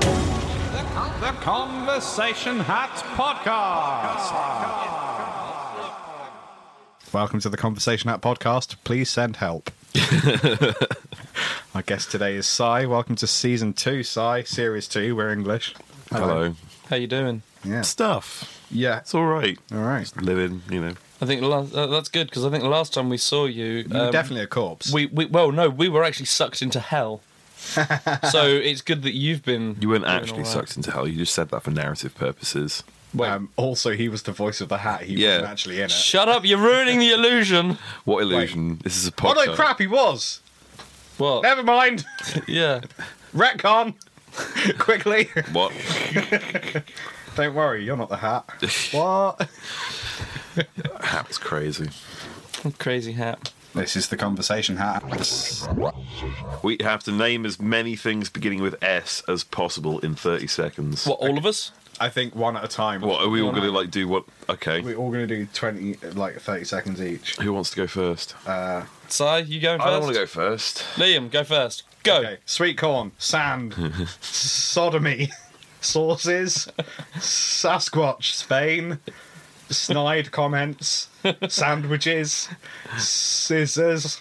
The Conversation Hat Podcast. Welcome to the Conversation Hat Podcast. Please send help. Our guest today is Cy. Welcome to season two, Cy, series two. We're English. Hello. How you doing? Yeah. Stuff. Yeah. It's all right. All right. Living, you know. I think la- uh, that's good because I think the last time we saw you, You're um, definitely a corpse. we, we well no, we were actually sucked into hell. so it's good that you've been. You weren't doing actually all right. sucked into hell. You just said that for narrative purposes. Wait, um, also, he was the voice of the hat. He Yeah. wasn't actually in it. shut up! You're ruining the illusion. What illusion? This is Oh, a podcast. no, crap, he was. What? Never mind. Yeah. Retcon. Quickly. What? Don't worry, you're not the hat. what? That was crazy. Crazy hat. This is the conversation hat. We have to name as many things beginning with S as possible in 30 seconds. What? All of us? I think one at a time. What are we all going to like do? What? Okay. We're all going to do 20, like 30 seconds each. Who wants to go first? Si, you going first? I don't want to go first. Liam, go first. Oh. Go. Okay. Sweet corn, sand, sodomy, sauces, Sasquatch, Spain, snide comments, sandwiches, scissors,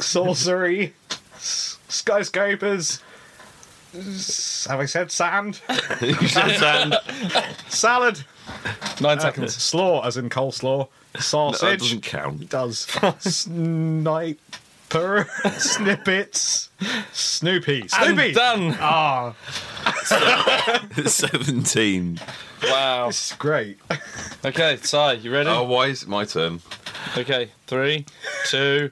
sorcery, s- skyscrapers. s- Have I said sand? you said sand. Salad. Nine Uh, seconds. slaw, as in coleslaw. No, that Sausage. doesn't count. does. Sniper. Snippets. Snoopy. And Snoopy! done. Ah, It's 17. Wow. this is great. Okay, Si, you ready? Oh, why is it my turn? Okay, three, two,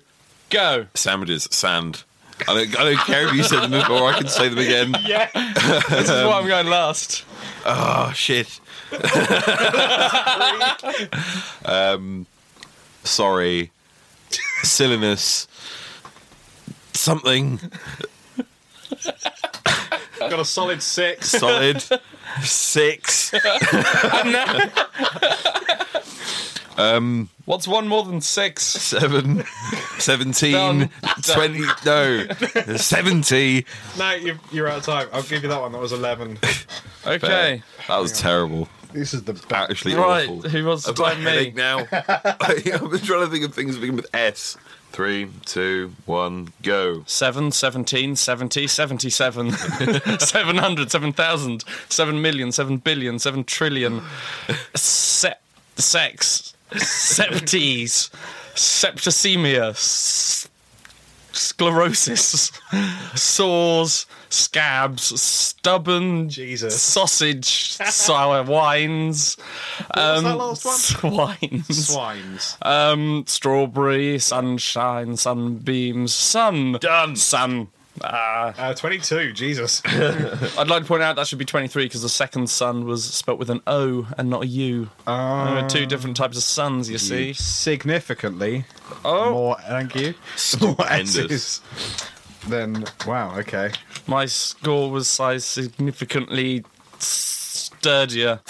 go. Sandwiches, sand. I don't, I don't care if you said them before, I can say them again. Yeah. this is Um, why I'm going last. Oh shit. um, Um, sorry. Silliness. Something Got a solid six. solid. Six. What's one more than six? Seven. Seventeen. Done. Twenty. No. Seventy. No, you you're out of time. I'll give you that one. That was 11. Okay. That was terrible. This is the best. Actually Right. awful. Who wants to I've got a blame me? headache now. I've been trying to think of things that begin with S. Three, two, one, go. 7, 17, 70, 77, 700, 7,000, 7 million, 7 billion, 7 trillion, se- sex, septies, septicemia, s- sclerosis, sores, scabs, stubborn, Jesus. sausage, sour wines, was um, that last swines, Swines. um, strawberry, sunshine, sunbeams, sun. Done. Sun. Uh, 22. Jesus. I'd like to point out that should be 23 because the second sun was spelt with an O and not a U. Ah, there are two different types of suns, you see. Significantly Oh, more, thank you. More S's than, wow, okay. my score was size significantly sturdier.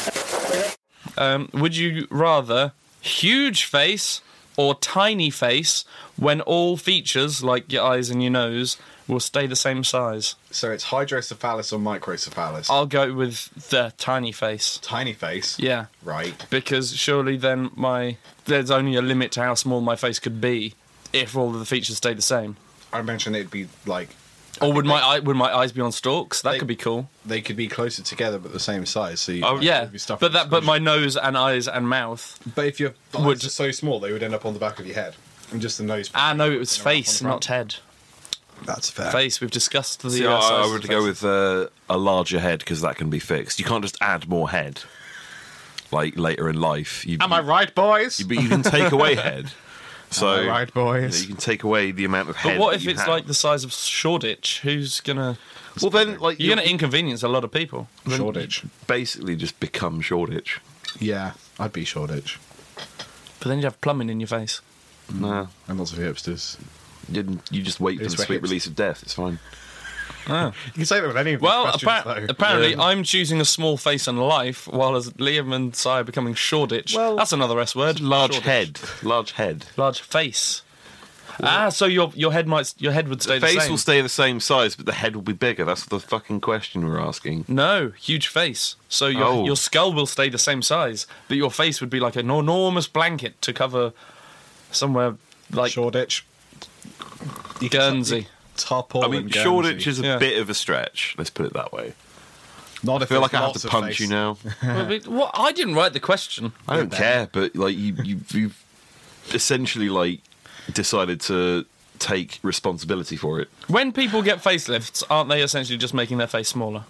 Um, would you rather huge face or tiny face when all features, like your eyes and your nose, will stay the same size? So it's hydrocephalus or microcephalus. I'll go with the tiny face. Tiny face. Oh. Yeah, Right. because surely then my there's only a limit to how small my face could be if all of the features stay the same. I mentioned it'd be like Or would my eye, would my eyes be on stalks? That They- could be cool. they could be closer together but the same size. So you Oh, might Yeah, be stuffed but with that but squishy. my nose and eyes and mouth. but if your eyes would- are so small they would end up on the back of your head and just the nose. Ah no, it was They're up on the face, front. not head. That's fair. Face. We've discussed the. See, uh, I, size I of would the go face. with uh, a larger head because that can be fixed. You can't just add more head. Like later in life, you, Am I right, boys? you- but you can take away head. So Am I right, you, know, boys? you can take away the amount of head. But what that if you it's have. like the size of Shoreditch? Who's gonna? Well, then, like You're gonna inconvenience a lot of people. Shoreditch. basically just become Shoreditch. Yeah, I'd be Shoreditch. But then you have plumbing in your face. Mm. Nah, And lots of hipsters. you, you just wait for It's the for sweet hipsters. release of death. It's fine. Ah. You can say that with any of these Well, questions, appa- though. apparently, Yeah. I'm choosing a small face and life, while as Liam and Si are becoming Shoreditch. Well- That's another S word. Large Shoreditch. head, large head. Large face. Ah, so your your head might your head would stay the face same. will stay the same size, but the head will be bigger. That's the fucking question we're asking. no, huge face. So your Oh. your skull will stay the same size, but your face would be like an enormous blanket to cover somewhere like Shoreditch. You can- Guernsey. Tarpaulin. I mean, Guernsey. Shoreditch is a Yeah. bit of a stretch. Let's put it that way. Not if I feel there's like I have lots to of punch face. you now. Well, but what? I didn't write the question. I don't care, but like you, you, you've essentially like decided to take responsibility for it. When people get facelifts, aren't they essentially just making their face smaller?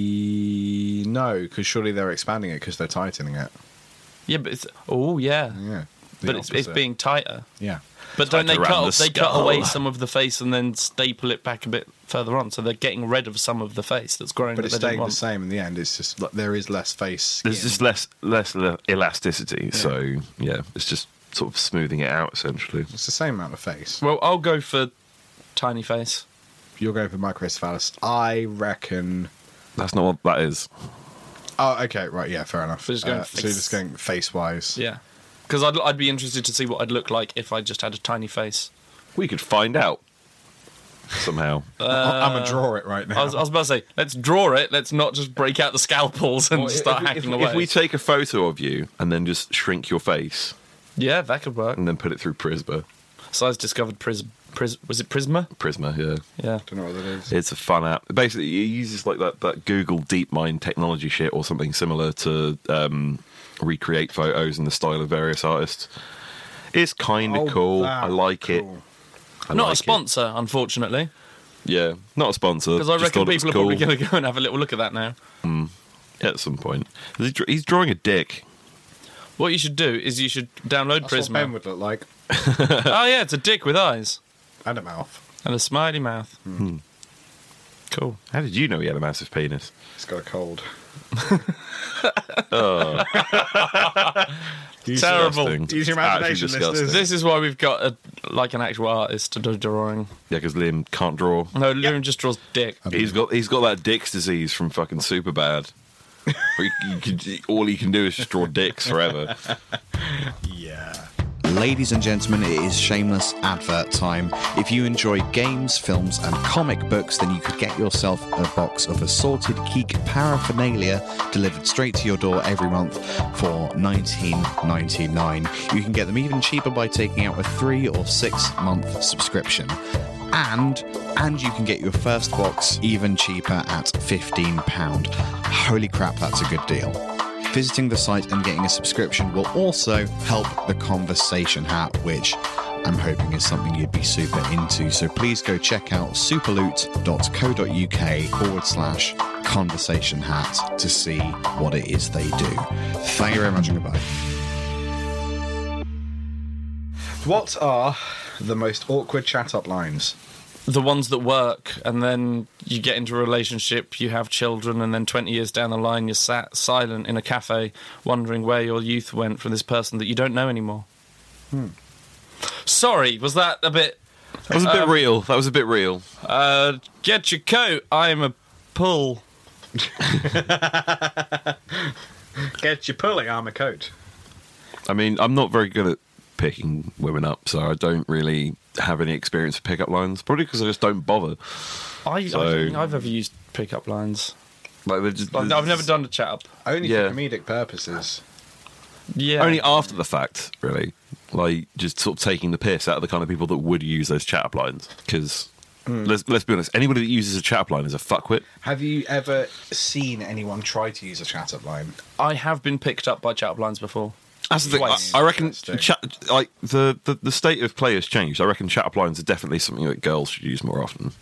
E- no, because surely they're expanding it because they're tightening it. Yeah, but it's oh yeah, Yeah. the but it's, it's opposite. being tighter. Yeah. But don't they Tighter cut around off, the they cut away skull. some of the face and then staple it back a bit further on, so they're getting rid of some of the face that's growing. But that it's they didn't staying the want. same in the end. It's just like there is less face. There's skin. just less less le- elasticity, so yeah, it's just sort of smoothing it out essentially. It's the same amount of face. Well, I'll go for tiny face. You're going for microcephalus. I reckon. That's not what that is. Oh, okay, right, yeah, fair enough. Uh, We're just going so you're just face. going face wise. Yeah, because I'd I'd be interested to see what I'd look like if I just had a tiny face. We could find out somehow. I'm gonna draw it right now. I was, I was about to say, let's draw it. Let's not just break out the scalpels and Well, start if, hacking if, away. if we take a photo of you and then just shrink your face yeah, that could work. and then put it through Prisma, So I discovered Pris, Pris was it Prisma? Prisma, yeah. Yeah. don't know what that is. It's a fun app. Basically, it uses like that, that Google DeepMind technology shit or something similar to um, recreate photos in the style of various artists. It's kind of Oh, cool. that, I like it. cool. I Not like a it. sponsor, unfortunately, Yeah, not a sponsor. because I Just reckon thought it was people are cool probably going to go and have a little look at that now. at some point. He's dr- He's drawing a dick. What you should do is you should download That's what Ben Prisma. would look like. oh yeah, it's a dick with eyes And a mouth. and a smiley mouth. Cool. How did you know he had a massive penis? He's got a cold. Uh. Terrible. Disgusting. Use your It's actually imagination, disgusting. listeners. This is why we've got a, like an actual artist to do drawing. Yeah, because Liam can't draw. No, Liam just draws dick. He's got he's got that dick's disease from fucking Superbad. Where you- you could- all he can do is just draw dicks forever. Yeah. Ladies and gentlemen, it is shameless advert time. If you enjoy games, films, and comic books, then you could get yourself a box of assorted geek paraphernalia delivered straight to your door every month for $19.99. You can get them even cheaper by taking out a three or six month subscription. And and you can get your first box even cheaper at £15. Holy crap, that's a good deal. Visiting the site and getting a subscription will also help the conversation hat, which I'm hoping is something you'd be super into. So please go check out superloot.co.uk forward slash conversation hat to see what it is they do. Thank you very much and goodbye. What are the most awkward chat up lines? The ones that work, and then you get into a relationship, you have children, and then 20 years down the line, you're sat silent in a cafe, wondering where your youth went from this person that you don't know anymore. Sorry, was that a bit. That was a Um, bit real. That was a bit real. Uh, get your coat, I'm a pull. Get your pulley armor coat. I mean, I'm not very good at picking women up, so I don't really have any experience with pickup lines. Probably because I just don't bother. I, I So- don't think I've ever used pickup lines. Like, they're just, Like, I've never done a chat up. Only Yeah. for comedic purposes. Yeah. Only after the fact, really. Like just sort of taking the piss out of the kind of people that would use those chat up lines. Because Hmm. let's let's be honest, anybody that uses a chat up line is a fuckwit. Have you ever seen anyone try to use a chat up line? I have been picked up by chat up lines before. That's the thing. I, Twice. I reckon Interesting. chat, like the, the the state of play has changed. I reckon chat up lines are definitely something that girls should use more often.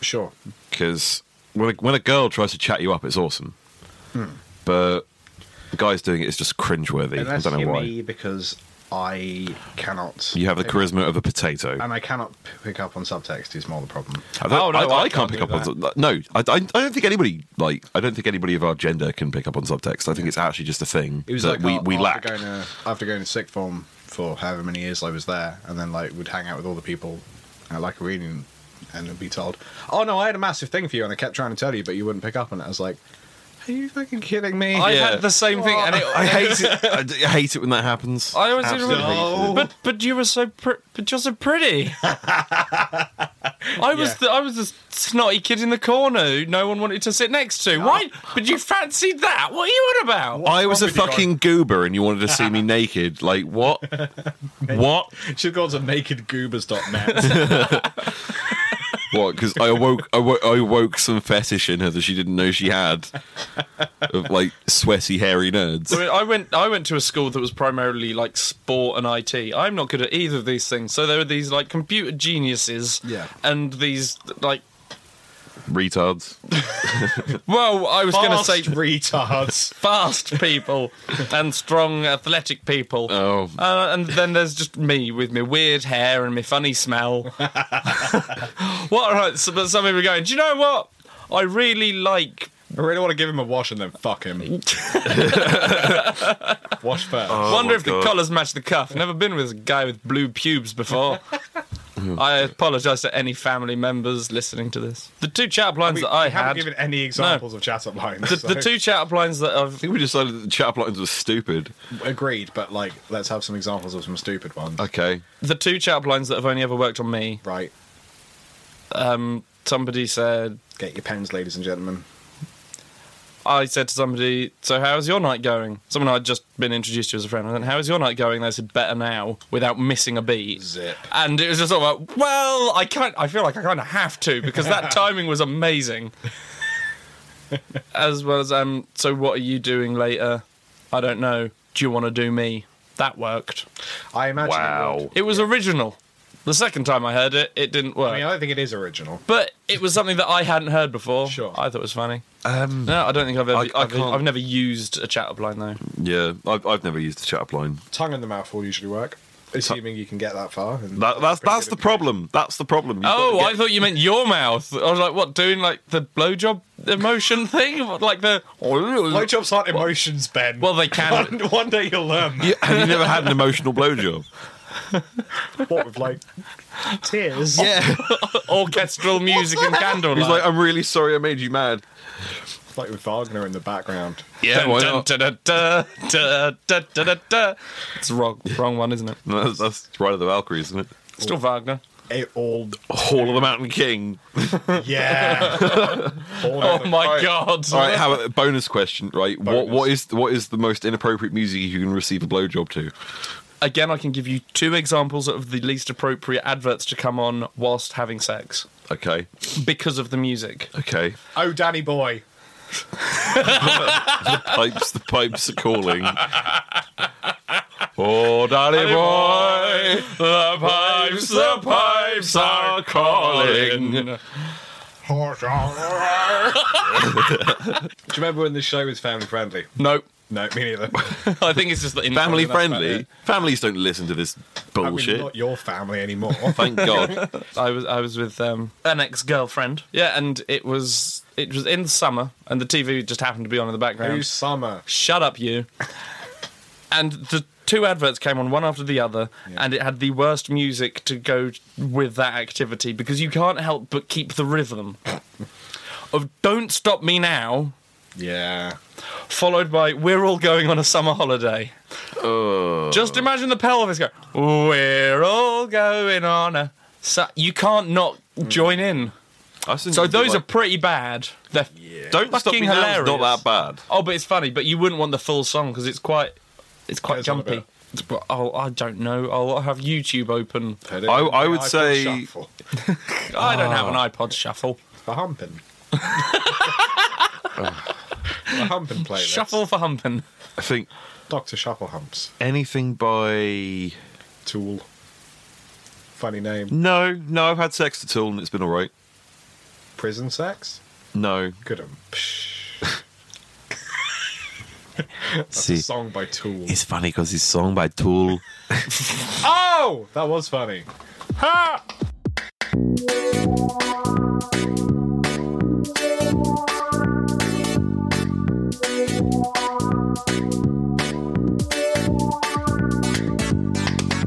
Sure. because when a, when a girl tries to chat you up, it's awesome. But the guys doing it is just cringeworthy. Unless I don't you know why. me, because I cannot. You have the charisma of a potato. and I cannot p- pick up on subtext is more the problem. I, don't- Oh, no, I- I I can't can't pick do up on sub- no. I, I, I don't think anybody like. I don't think anybody of our gender can pick up on subtext. I think it's actually just a thing It was like that we our- we after lack. Going to, after going to sixth form for however many years I was there, and then like would hang out with all the people at like a reunion, and be told, "Oh no, I had a massive thing for you," and I kept trying to tell you, but you wouldn't pick up on it. I was like, Are you fucking kidding me? I Yeah. had the same thing, and it, I hate it. I, d- I hate it when that happens. I always Absolutely remember- hate it. But but you were so pr- but you're so pretty. I was the, I was the snotty kid in the corner who no one wanted to sit next to. Why? But you fancied that? What are you on about? I was a wrong with you fucking goober, and you wanted to see me naked. Like what? what? Should go on to nakedgoobers.net. What? Because I awoke, I woke, I woke some fetish in her that she didn't know she had, of like sweaty, hairy nerds. I, mean, I went I went to a school that was primarily like sport and IT. I'm not good at either of these things, so there were these like computer geniuses, Yeah. and these like. Retards. Well, I was going to Fast say retards. fast people and strong athletic people. Oh, Uh, and then there's just me with my weird hair and my funny smell. what? Right, so, but some people are going. Do you know what? I really like. I really want to give him a wash and then fuck him. wash first. wonder my if God. the collars match the cuff. Never been with a guy with blue pubes before. I apologise to any family members listening to this. The two chat up lines we that I we haven't had. given any examples of chat up lines. the, so- the two chat up lines that I've I think we decided that the chat lines was stupid. agreed, but like, let's have some examples of some stupid ones, Okay. the two chat up lines that have only ever worked on me. right? Um, somebody said Get your pens, ladies and gentlemen. I said to somebody, "So how's your night going?" Someone I'd just been introduced to as a friend. I said, "How's your night going?" They said, "Better now," without missing a beat. Zip. And it was just sort of like, "Well, I can't. I feel like I kind of have to because that timing was amazing." as well as, um, so what are you doing later? I don't know. Do you want to do me? That worked. I imagine. It would. Wow. It was original. The second time I heard it, it didn't work. I mean, I don't think it is original. but it was something that I hadn't heard before. Sure. I thought it was funny. Um. No, I don't think I've ever. I- I, I have can't- I've never used a chat up line though. Yeah. I've, I've never used a chat line. Tongue in the mouth will usually work, assuming you can get that far. and- That, that's pretty that's good the at- problem. That's the problem. You've got to Oh, get- I thought you meant your mouth. I was like, what? Doing like the blowjob emotion thing, What, like the. Blowjobs aren't emotions, Ben. Well, they can. one, one day you'll learn that. You- have you never had an emotional blowjob? What with like tears? Yeah. Orchestral music and candlelight. He's like, "Oh, I'm really sorry I made you mad. like with Wagner in the background. Yeah, Dun, why dun, not? dun, dun, dun, dun, dun, dun, dun, dun. It's wrong, wrong one, isn't it? No, that's, that's Ride of the Valkyries, isn't it? Still Wagner. It all, Hall of the Mountain King. yeah. All Oh over- my All right. god! All right, how about bonus question? Right, what Bonus. what is what is the most inappropriate music you can receive a blowjob to? Again, I can give you two examples of the least appropriate adverts to come on whilst having sex Okay, because of the music. okay. Oh, Danny boy. Pipes, the pipes are calling. Oh, daddy boy, the pipes, the pipes are calling. Do you remember when the show was family friendly? Nope. No, me neither. I think it's just that in Family that's about friendly. it. Families don't listen to this I mean, bullshit. not your family anymore. Thank God. I was I was with um, an ex girlfriend. Yeah, and it was it was in the summer, and the TV just happened to be on in the background. New summer. Shut up, you! and the two adverts came on one after the other, and it had the worst music to go with that activity because you can't help but keep the rhythm of "Don't Stop Me Now," Yeah. followed by "We're all going on a summer holiday." Just imagine the pelvis go. We're all going on a. Su-. You can't not join in. So those are pretty bad. They're don't stop me fucking now. hilarious. It's not that bad. Oh, but it's funny. But you wouldn't want the full song because it's quite, it's quite Goes on a jumpy. But I'll, I don't know. I'll have YouTube open. I, I would say- I don't have an iPod Shuffle. For humping. A humping playlist. Shuffle for humping. I think Doctor Shuffle Humps. anything by Tool. Funny name. no, no. I've had sex at all and it's been all right. Prison sex. No, Good 'em. That's a see, song by Tool. it's funny because it's song by Tool. Oh, that was funny.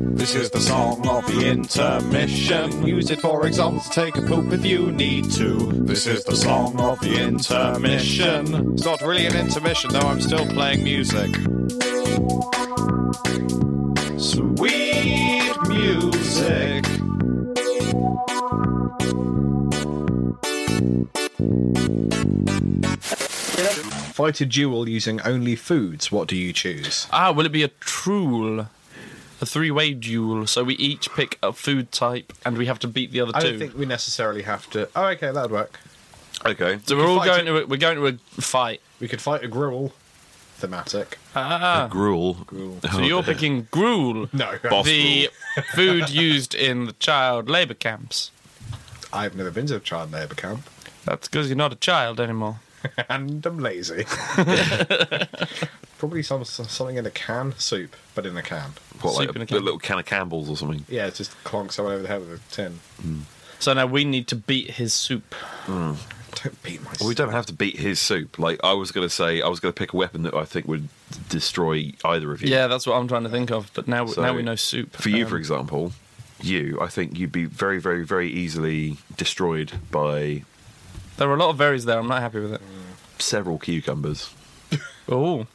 This is the song of the intermission. Use it for examples, take a poop if you need to. This is the song of the intermission. It's not really an intermission, though I'm still playing music. Sweet music. Fight a duel using only foods. What do you choose? Ah, will it be a truel? A three way duel, so we each pick a food type and we have to beat the other I two. don't think we necessarily have to. Oh, okay, that'd work. Okay. so we're all fight going to a, we're going to a fight. We could fight a gruel. Thematic. Ah, Gruel. so Oh, you're picking gruel, No, Boss the food used in the child labour camps. I've never been to a child labour camp, That's because you're not a child anymore. and I'm lazy. Probably some something in a can soup, but in a can. What, like Soup a, in a can. little can of Campbell's or something. Yeah, just clonk someone over the head with a tin. So now we need to beat his soup. Don't beat my. Well, we don't have to beat his soup. Like I was going to say, I was going to pick a weapon that I think would destroy either of you. Yeah, that's what I'm trying to think of. But now, So, now we know soup. For you, for Um, example, you, I think you'd be very, very, very easily destroyed by there are a lot of berries there. I'm not happy with it. several cucumbers. Oh,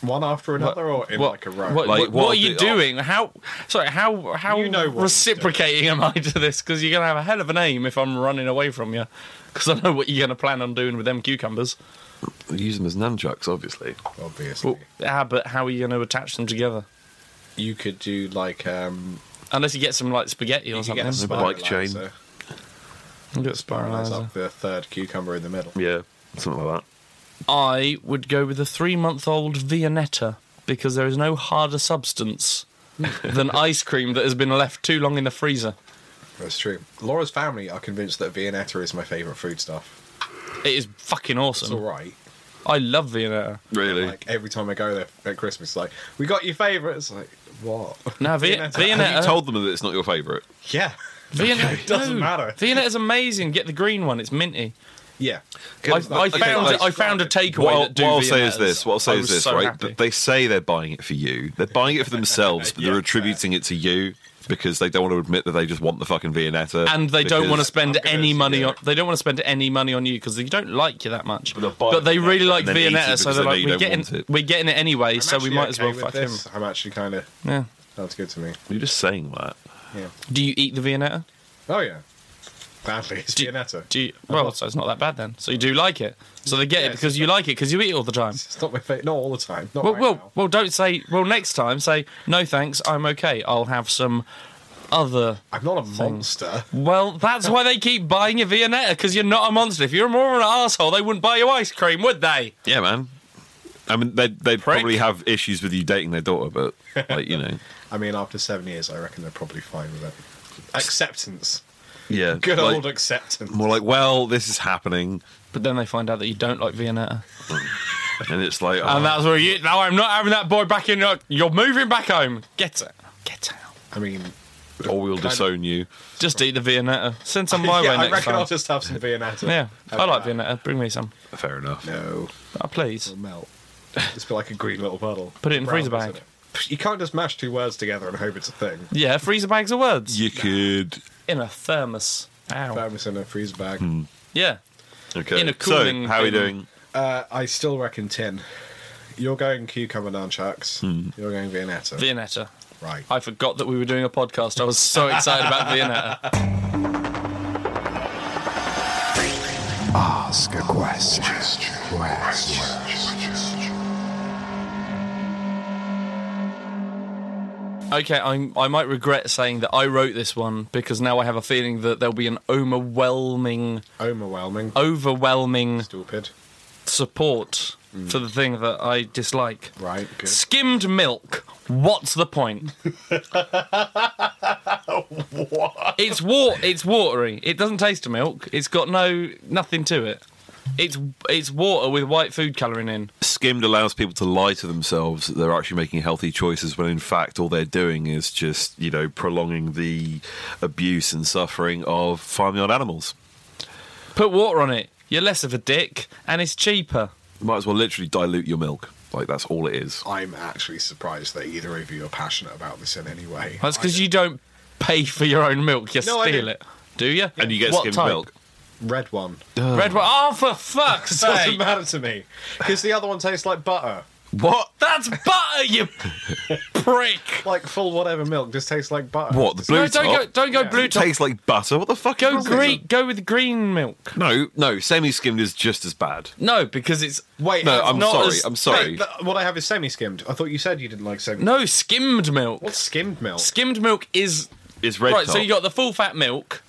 one after another, or in like a row. What, Like, what- what what are the- you doing? How sorry? How how You know what I'm reciprocating am I to this? Because you're gonna have a hell of an aim if I'm running away from you. Because I know what you're gonna plan on doing with them cucumbers. Use them as nunchucks, obviously. Obviously, Well, ah, but how are you gonna attach them together? you could do like um. Unless you get some like spaghetti or You could get a something. bike chain. spiralizer. I'll get a Spiralize spiralizer. up the third cucumber in the middle. Yeah, something like I would go with a three-month-old Viennetta because there is no harder substance than ice cream that has been left too long in the freezer. That's true. Laura's family are convinced that Viennetta is my favourite food stuff. It is fucking It's awesome. all right. I love Viennetta. that. Really? Like every time I go there at Christmas, like we got your favourite. It's like what? No, Vi- Viennetta. Viennetta. Have you told them that it's not your favourite? yeah, Vienna It doesn't no. matter. Vienna's amazing. Get the green one. It's minty. yeah. I, I okay, found like- I found a takeaway What, I'll- that do what I'll say is Viennettas. this: what I'll say I is was this, so right? happy. That They say they're buying it for you. They're buying it for themselves, but Yeah, they're fair. attributing it to you because they don't want to admit that they just want the fucking Viennetta, and they don't because- want to spend I'm gonna any money yeah. on. They don't want to spend any money on you because they don't like you that much. they'll But, buy it, they really yeah, like and then eat it Vienna, because so they're they know like, you we're don't getting want it." we're getting it anyway, I'm so we actually might as okay well with fuck this. him. I'm actually kind of Yeah. sounds good to me. You're just saying that. Yeah. Do you eat the Viennetta? Oh yeah. Badly, it's Do you- Viennetta. Do you, well, so it's not that bad then. So you do like it. So they get Uh-huh. Yeah, it it's because you like it because you eat it all the time. It's not my favorite. Not all the time. Not Well, right well, now. well. Don't say. Well, next time, say no, thanks. I'm okay. I'll have some other I'm not a monster. Well, that's why they keep buying you Viennetta because you're not a monster. If you're more of an asshole, they wouldn't buy you ice cream, would they? Yeah, man. I mean, they they probably have issues with you dating their daughter, but like you know, I mean, after seven years, I reckon they're probably fine with it. Acceptance. yeah, Good like, old acceptance. More like, well, this is happening, But then they find out that you don't like Viennetta, and it's like, oh, and that's where you. No, I'm not having that boy back in. Your, you're moving back home. Get it. Get out. I mean, or oh, we'll kind of- disown you. Just eat the Viennetta. Send some my yeah, way I next reckon I'll time. just have some Viennetta. Yeah, Have I like that. Viennetta. Bring me some, Fair enough. No, oh, please. it'll melt. Just be like a green little puddle. Put it in the Brown, freezer bag. isn't it? You can't just mash two words together and hope it's a thing. Yeah, freezer bags of words You could. in a thermos. Ow. Firmness in a freezer bag. Yeah. Okay. In a cooling so, how are we bin. doing? Uh, I still reckon tin. You're going cucumber nunchucks. You're going Viennetta. Viennetta. right. I forgot that we were doing a podcast. I was so excited about Viennetta. Ask a question. Okay, I'm, I might regret saying that I wrote this one because now I have a feeling that there'll be an overwhelming, Overwhelming. overwhelming Stupid. support for the thing that I dislike. Mm. Right. Good. Skimmed milk. What's the point? It's wa- It's watery. It doesn't taste of milk. It's got no nothing to it. It's it's water with white food colouring in. Skimmed allows people to lie to themselves that they're actually making healthy choices when in fact all they're doing is just, you know, prolonging the abuse and suffering of farmyard animals. Put water on it. You're less of a dick, and it's cheaper. Might as well literally dilute your milk. Like that's all it is. I'm actually surprised that either of you are passionate about this in any way. That's I because you don't pay for your own milk. You No, I steal do. it. Do you? And you get what skimmed type? milk. Red one. Red one. Oh, for fuck's Doesn't sake! matter to me. Because the other one tastes like butter. What? That's butter, you prick. Like full whatever milk just tastes like butter. What? The blue no, don't go. top Don't go Yeah. blue top. tastes like butter. What the fuck? Go is it? green. Go with green milk. No, no. Semi skimmed is just as bad. No, because it's Wait, No, that's I'm not sorry. as- I'm sorry. Wait, th- what I have is semi skimmed. I thought you said you didn't like semi. no skimmed milk. What's skimmed milk? Skimmed milk is It's red right. top. So you got the full fat milk.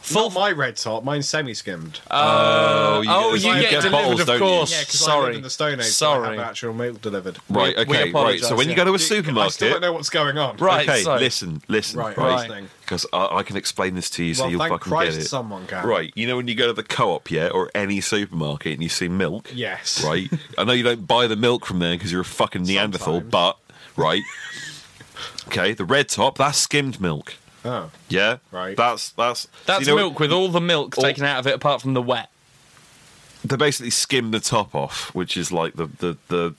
Full. Not my red top. Mine's semi skimmed. oh, you, oh, get- you you get get delivered, bottles, of don't you? course. yeah, because I live Sorry. in the Stone Age. so I Sorry. have actual milk delivered. Right. We- we Okay. right. apologise, So when yeah. you go to a I still don't supermarket, know what's going on. Right. okay, so- listen, listen, Right, right, listening. because I, I can explain this to you so Well, you'll thank fucking Christ get it. someone can. Right. You know when you go to the co-op, yeah, or any supermarket, and you see milk. Yes. Right. I know you don't buy the milk from there because you're a fucking Neanderthal, Sometimes. but right. okay. The red top, that's skimmed milk. Oh. Yeah. Right. That's that's That's you know, milk with all the milk All- taken out of it, apart from the wet. They basically skim the top off, which is like the the the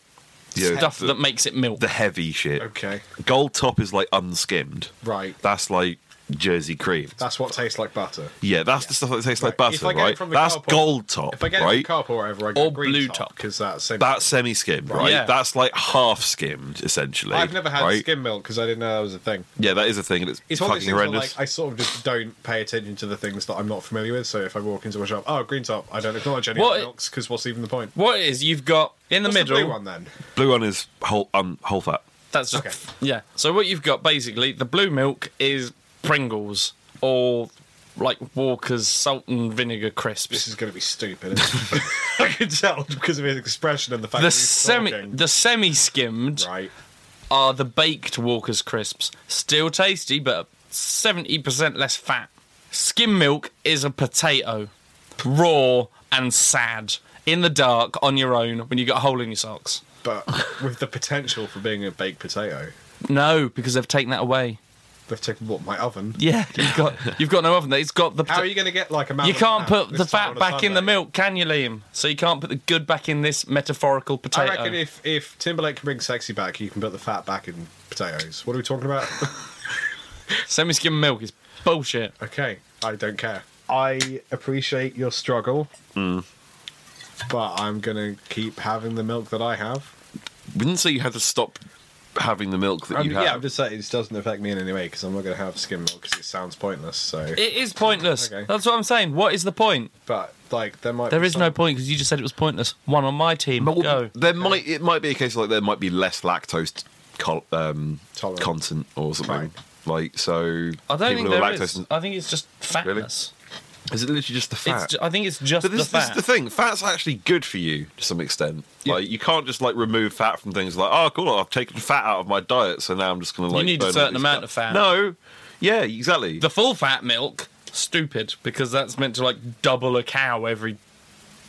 you know, Stuff the, that makes it milk. the heavy shit. Okay. Gold top is like unskimmed. Right. That's like Jersey cream. That's what tastes like butter. Yeah, that's the stuff that tastes like Right, butter, if I get it right? from the That's carport- gold top, If I get Oh, right? it from Carp or whatever, I get Or green blue top top. because that's semi. that's semi-skimmed, right? Yeah. That's like half skimmed, essentially. I've never had right? skim milk because I didn't know that was a thing. Yeah, that is a thing, and it's, It's one of those fucking things where, horrendous. like I sort of just don't pay attention to the things that I'm not familiar with. So if I walk into a shop, oh green top, I don't acknowledge any What- of the milks because what's even the point? What it is you've got in the What's middle? the blue one then. Blue one is whole um whole fat. That's just Okay. yeah. So what you've got basically, the blue milk is Pringles or like Walker's salt and vinegar This crisps. is going to be stupid. Isn't it? I can tell because of his expression and the fact The that he's semi talking. the semi skimmed right. are the baked Walker's crisps. Still tasty, but seventy percent less fat. Skim milk is a potato, raw and sad in the dark on your own when you got a hole in your socks. But with the potential for being a baked potato, No, because they've taken that away. they've taken what my oven. Yeah, you've got you've got no oven. there. It's got the How are you going to get like a? You can't put the fat fat back in the milk, can you, Liam? So you can't put the good back in this metaphorical I potato. reckon if if Timberlake can bring sexy back, you can put the fat back in potatoes. What are we talking about? Semi-skim milk is bullshit. okay, I don't care. I appreciate your struggle, but I'm gonna keep having the milk that I have. We didn't say you had to stop having the milk that I'm, you Um, yeah, I'm have. just saying it doesn't affect me in any way because I'm not gonna have skim milk because it sounds pointless. So, It is pointless. Okay. That's what I'm saying. What is the point? but like there might There be is some- no point because you just said it was pointless. One on my team. But Go. There might it might be a case like there might be less lactose col- um, Tolerant. content or something. Right. Like so, I don't think people who there are is. lactose. I think it's just fatness. Is it literally just the fat? It's ju- I think it's just But this, the this is fat. the thing. Fat's actually good for you to some extent. Like you can't just like remove fat from things. Like oh, cool, I've taken fat out of my diet, so now I'm just going to like. need a burn all certain these amount of fat. No, yeah, exactly. The full fat milk, stupid, because that's meant to like double a cow every.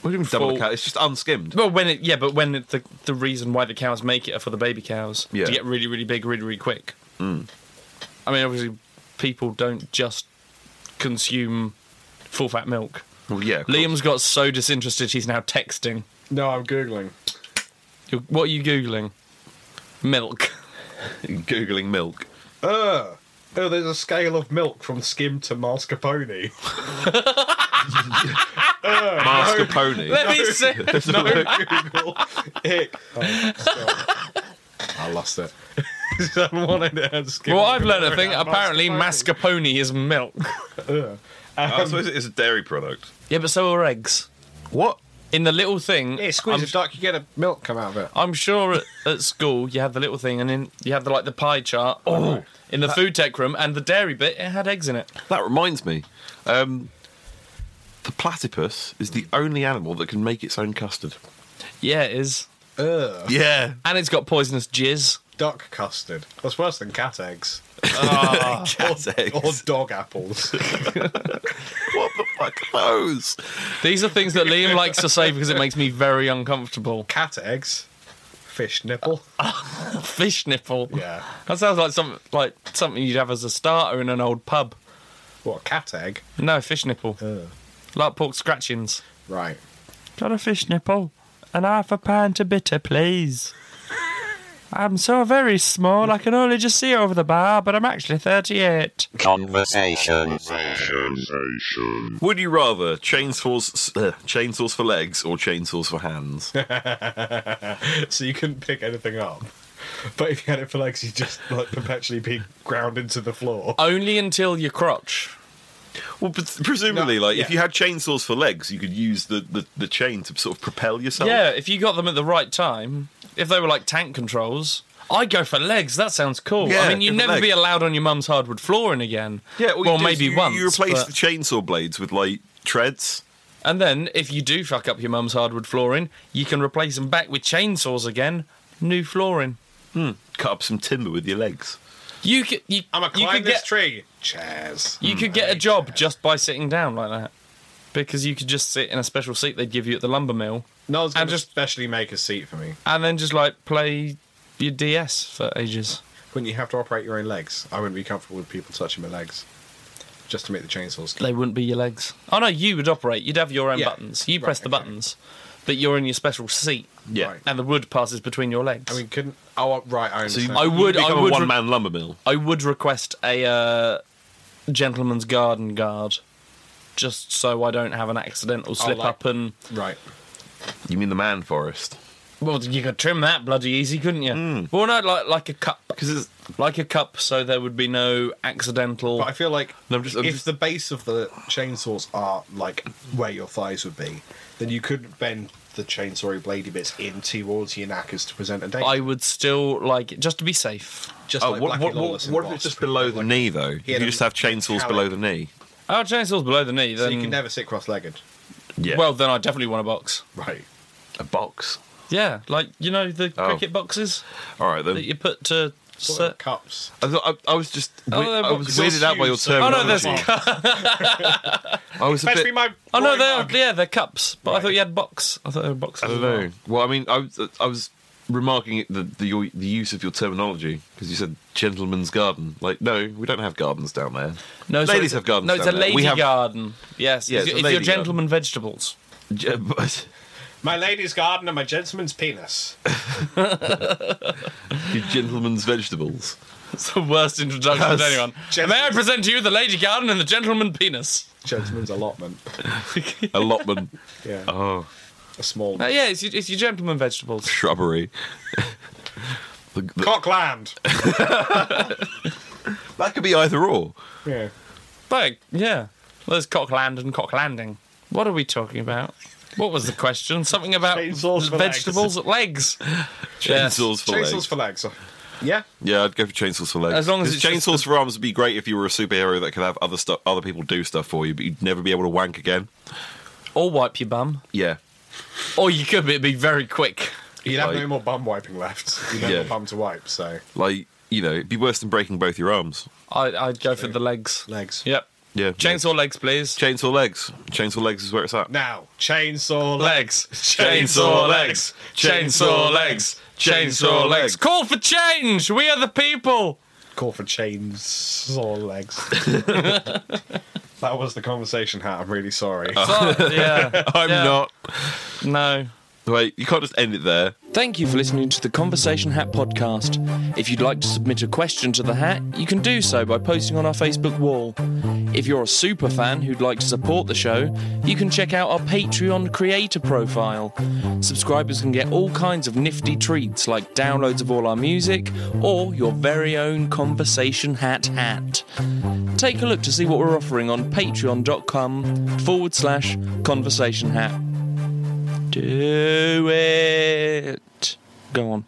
what do you mean double full- cat? It's just unskimmed. Well, when it yeah, but when it, the the reason why the cows make it are for the baby cows Yeah. Mm. to get really really big really really quick. I mean, obviously, people don't just consume full fat milk. Well, yeah, of course. Liam's got so disinterested he's now texting. No, I'm googling. You're, what are you googling? Milk. googling milk. Uh, oh, there's a scale of milk from skim to mascarpone. Mascarpone. Oh, Let me see. no Google. Ick. Oh, sorry. I lost it. Someone in there had skim Well, milk I've learned a and thing. had Apparently, mascarpone is milk. I Um, suppose it's a dairy product. Yeah, but so are eggs. What? In the little thing, Yeah, squeeze a duck, you get a milk come out of it. I'm sure at, at school you have the little thing, and then you have the like the pie chart. Oh, in the food tech room and the dairy bit, it had eggs in it. That reminds me. Um, the platypus is the only animal that can make its own custard. Yeah, it is, Ugh. Yeah. and it's got poisonous jizz. Duck custard. That's worse than cat eggs. Cat eggs. Or dog apples. What the fuck are those? These are things that Liam likes to say because it makes me very uncomfortable. cat eggs. Fish nipple. Fish nipple. Yeah. That sounds like some like something you'd have as a starter in an old pub. What, cat egg? No fish nipple. Uh. Like pork scratchings. Right. Got a fish nipple and half a pint of bitter, please. I'm so very small, I can only just see over the bar, but I'm actually 38. Conversations. Would you rather chainsaws, uh, chainsaws for legs or chainsaws for hands? so you couldn't pick anything up. But if you had it for legs, you'd just like perpetually be ground into the floor. Only until your crotch. well, pres- presumably, No, like if yeah. you had chainsaws for legs, you could use the, the, the chain to sort of propel yourself. Yeah, if you got them at the right time, if they were like tank controls, I go for legs. That sounds cool. Yeah, I mean, go you'd for never be legs. allowed on your mum's hardwood flooring again. yeah. all you well, do is maybe you, once. You replace but- the chainsaw blades with like treads. And then, if you do fuck up your mum's hardwood flooring, you can replace them back with chainsaws again. New flooring. Cut up some timber with your legs. You could. You, I'm gonna you climb could this get, tree. Chairs. You could get a job just by sitting down like that, because you could just sit in a special seat they'd give you at the lumber mill, No one's gonna and just- especially make a seat for me. and then just like play your DS for ages. Wouldn't you have to operate your own legs? I wouldn't be comfortable with people touching my legs. Just to make the chainsaws. They wouldn't be your legs. Oh no, you would operate. You'd have your own Yeah. buttons. You Right, press the okay. buttons, but you're in your special seat, Yeah. Right. and the wood passes between your legs. I mean, couldn't. Oh, right. I So you, understand. I would- you I become would a re- one man lumber mill. I would request a uh, gentleman's garden guard, just so I don't have an accidental slip like- up and. right. You mean the man forest? Well, you could trim that bloody easy, couldn't you? Hmm. Well, no, like like a cup, because it's like a cup, so there would be no accidental. But I feel like No, I'm just- I'm if just- the base of the chainsaws are like where your thighs would be, then you could bend the chainsaw bladey bits in towards your knackers to present a date. I would still like it just to be safe. just Oh, like Blackie what, what, what, Lawless in what if Wasp. it's just below the knee though? If had you a just have chainsaws pallet. below the knee. Oh, chainsaw's below the knee. Then So you um, can never sit cross-legged, Yeah. Well, then I definitely want a box. right? a box. Yeah, like you know the Oh. cricket boxes All right that then. you put to. Sort set- of cups. I, thought- I, I was just. Oh, they're I was boxes. weirded out by your Shoes. Oh, terminology. no, there's- I was a Fetch bit. me my. Oh no, roaring they're mug. yeah, they're cups. But I thought you had box. I thought they were boxes. I don't as well. know. Well, I mean, I was, I was remarking it- the the, your, the use of your terminology because you said gentleman's garden. Like, no, we don't have gardens down there. No, so ladies it's a- have gardens. No, it's a down there. lady we have, garden. Yes, Yeah, it's, it's a it's lady your garden. gentleman vegetables. Yeah, but My lady's garden and my gentleman's penis. your gentleman's vegetables. It's the worst introduction Yes. to anyone. Gentlemen. May I present to you the lady garden and the gentleman penis? gentleman's allotment. Allotment. Yeah. Oh, A small. Uh, yeah, it's, your- it's your gentleman vegetables. shrubbery. The- the- Cockland. that could be either or. yeah. Like, yeah. Well, there's Cockland and Cock Landing. What are we talking about? What was the question? Something about Chainsaws for vegetables at legs. Yes. Chainsaws for Chainsaws legs. for legs. Yeah. Yeah, I'd go for chainsaws for legs. As long as 'Cause it's just chainsaws for arms would be great if you were a superhero that could have other stuff, other people do stuff for you, but you'd never be able to wank again. Or wipe your bum. Yeah, Or you could, but it'd be very quick. You'd have Like- no more bum wiping left. You'd have Yeah. more bum to wipe. So like you know, it'd be worse than breaking both your arms. I, I'd go for the legs. legs. Yep. Yeah, Chainsaw legs, please. chainsaw legs. Chainsaw legs is where it's at. Now chainsaw legs. legs, chainsaw legs, chainsaw legs, chainsaw legs. Call for change. We are the people. Call for chainsaw legs. that was the conversation hat. I'm really sorry. So- yeah, I'm Yeah. not. no. Wait, you can't just end it there. Thank you for listening to the Conversation Hat podcast. If you'd like to submit a question to the hat, you can do so by posting on our Facebook wall. If you're a super fan who'd like to support the show, you can check out our Patreon creator profile. Subscribers can get all kinds of nifty treats like downloads of all our music or your very own Conversation Hat hat. Take a look to see what we're offering on patreon.com forward slash conversation hat. Do it. Go on.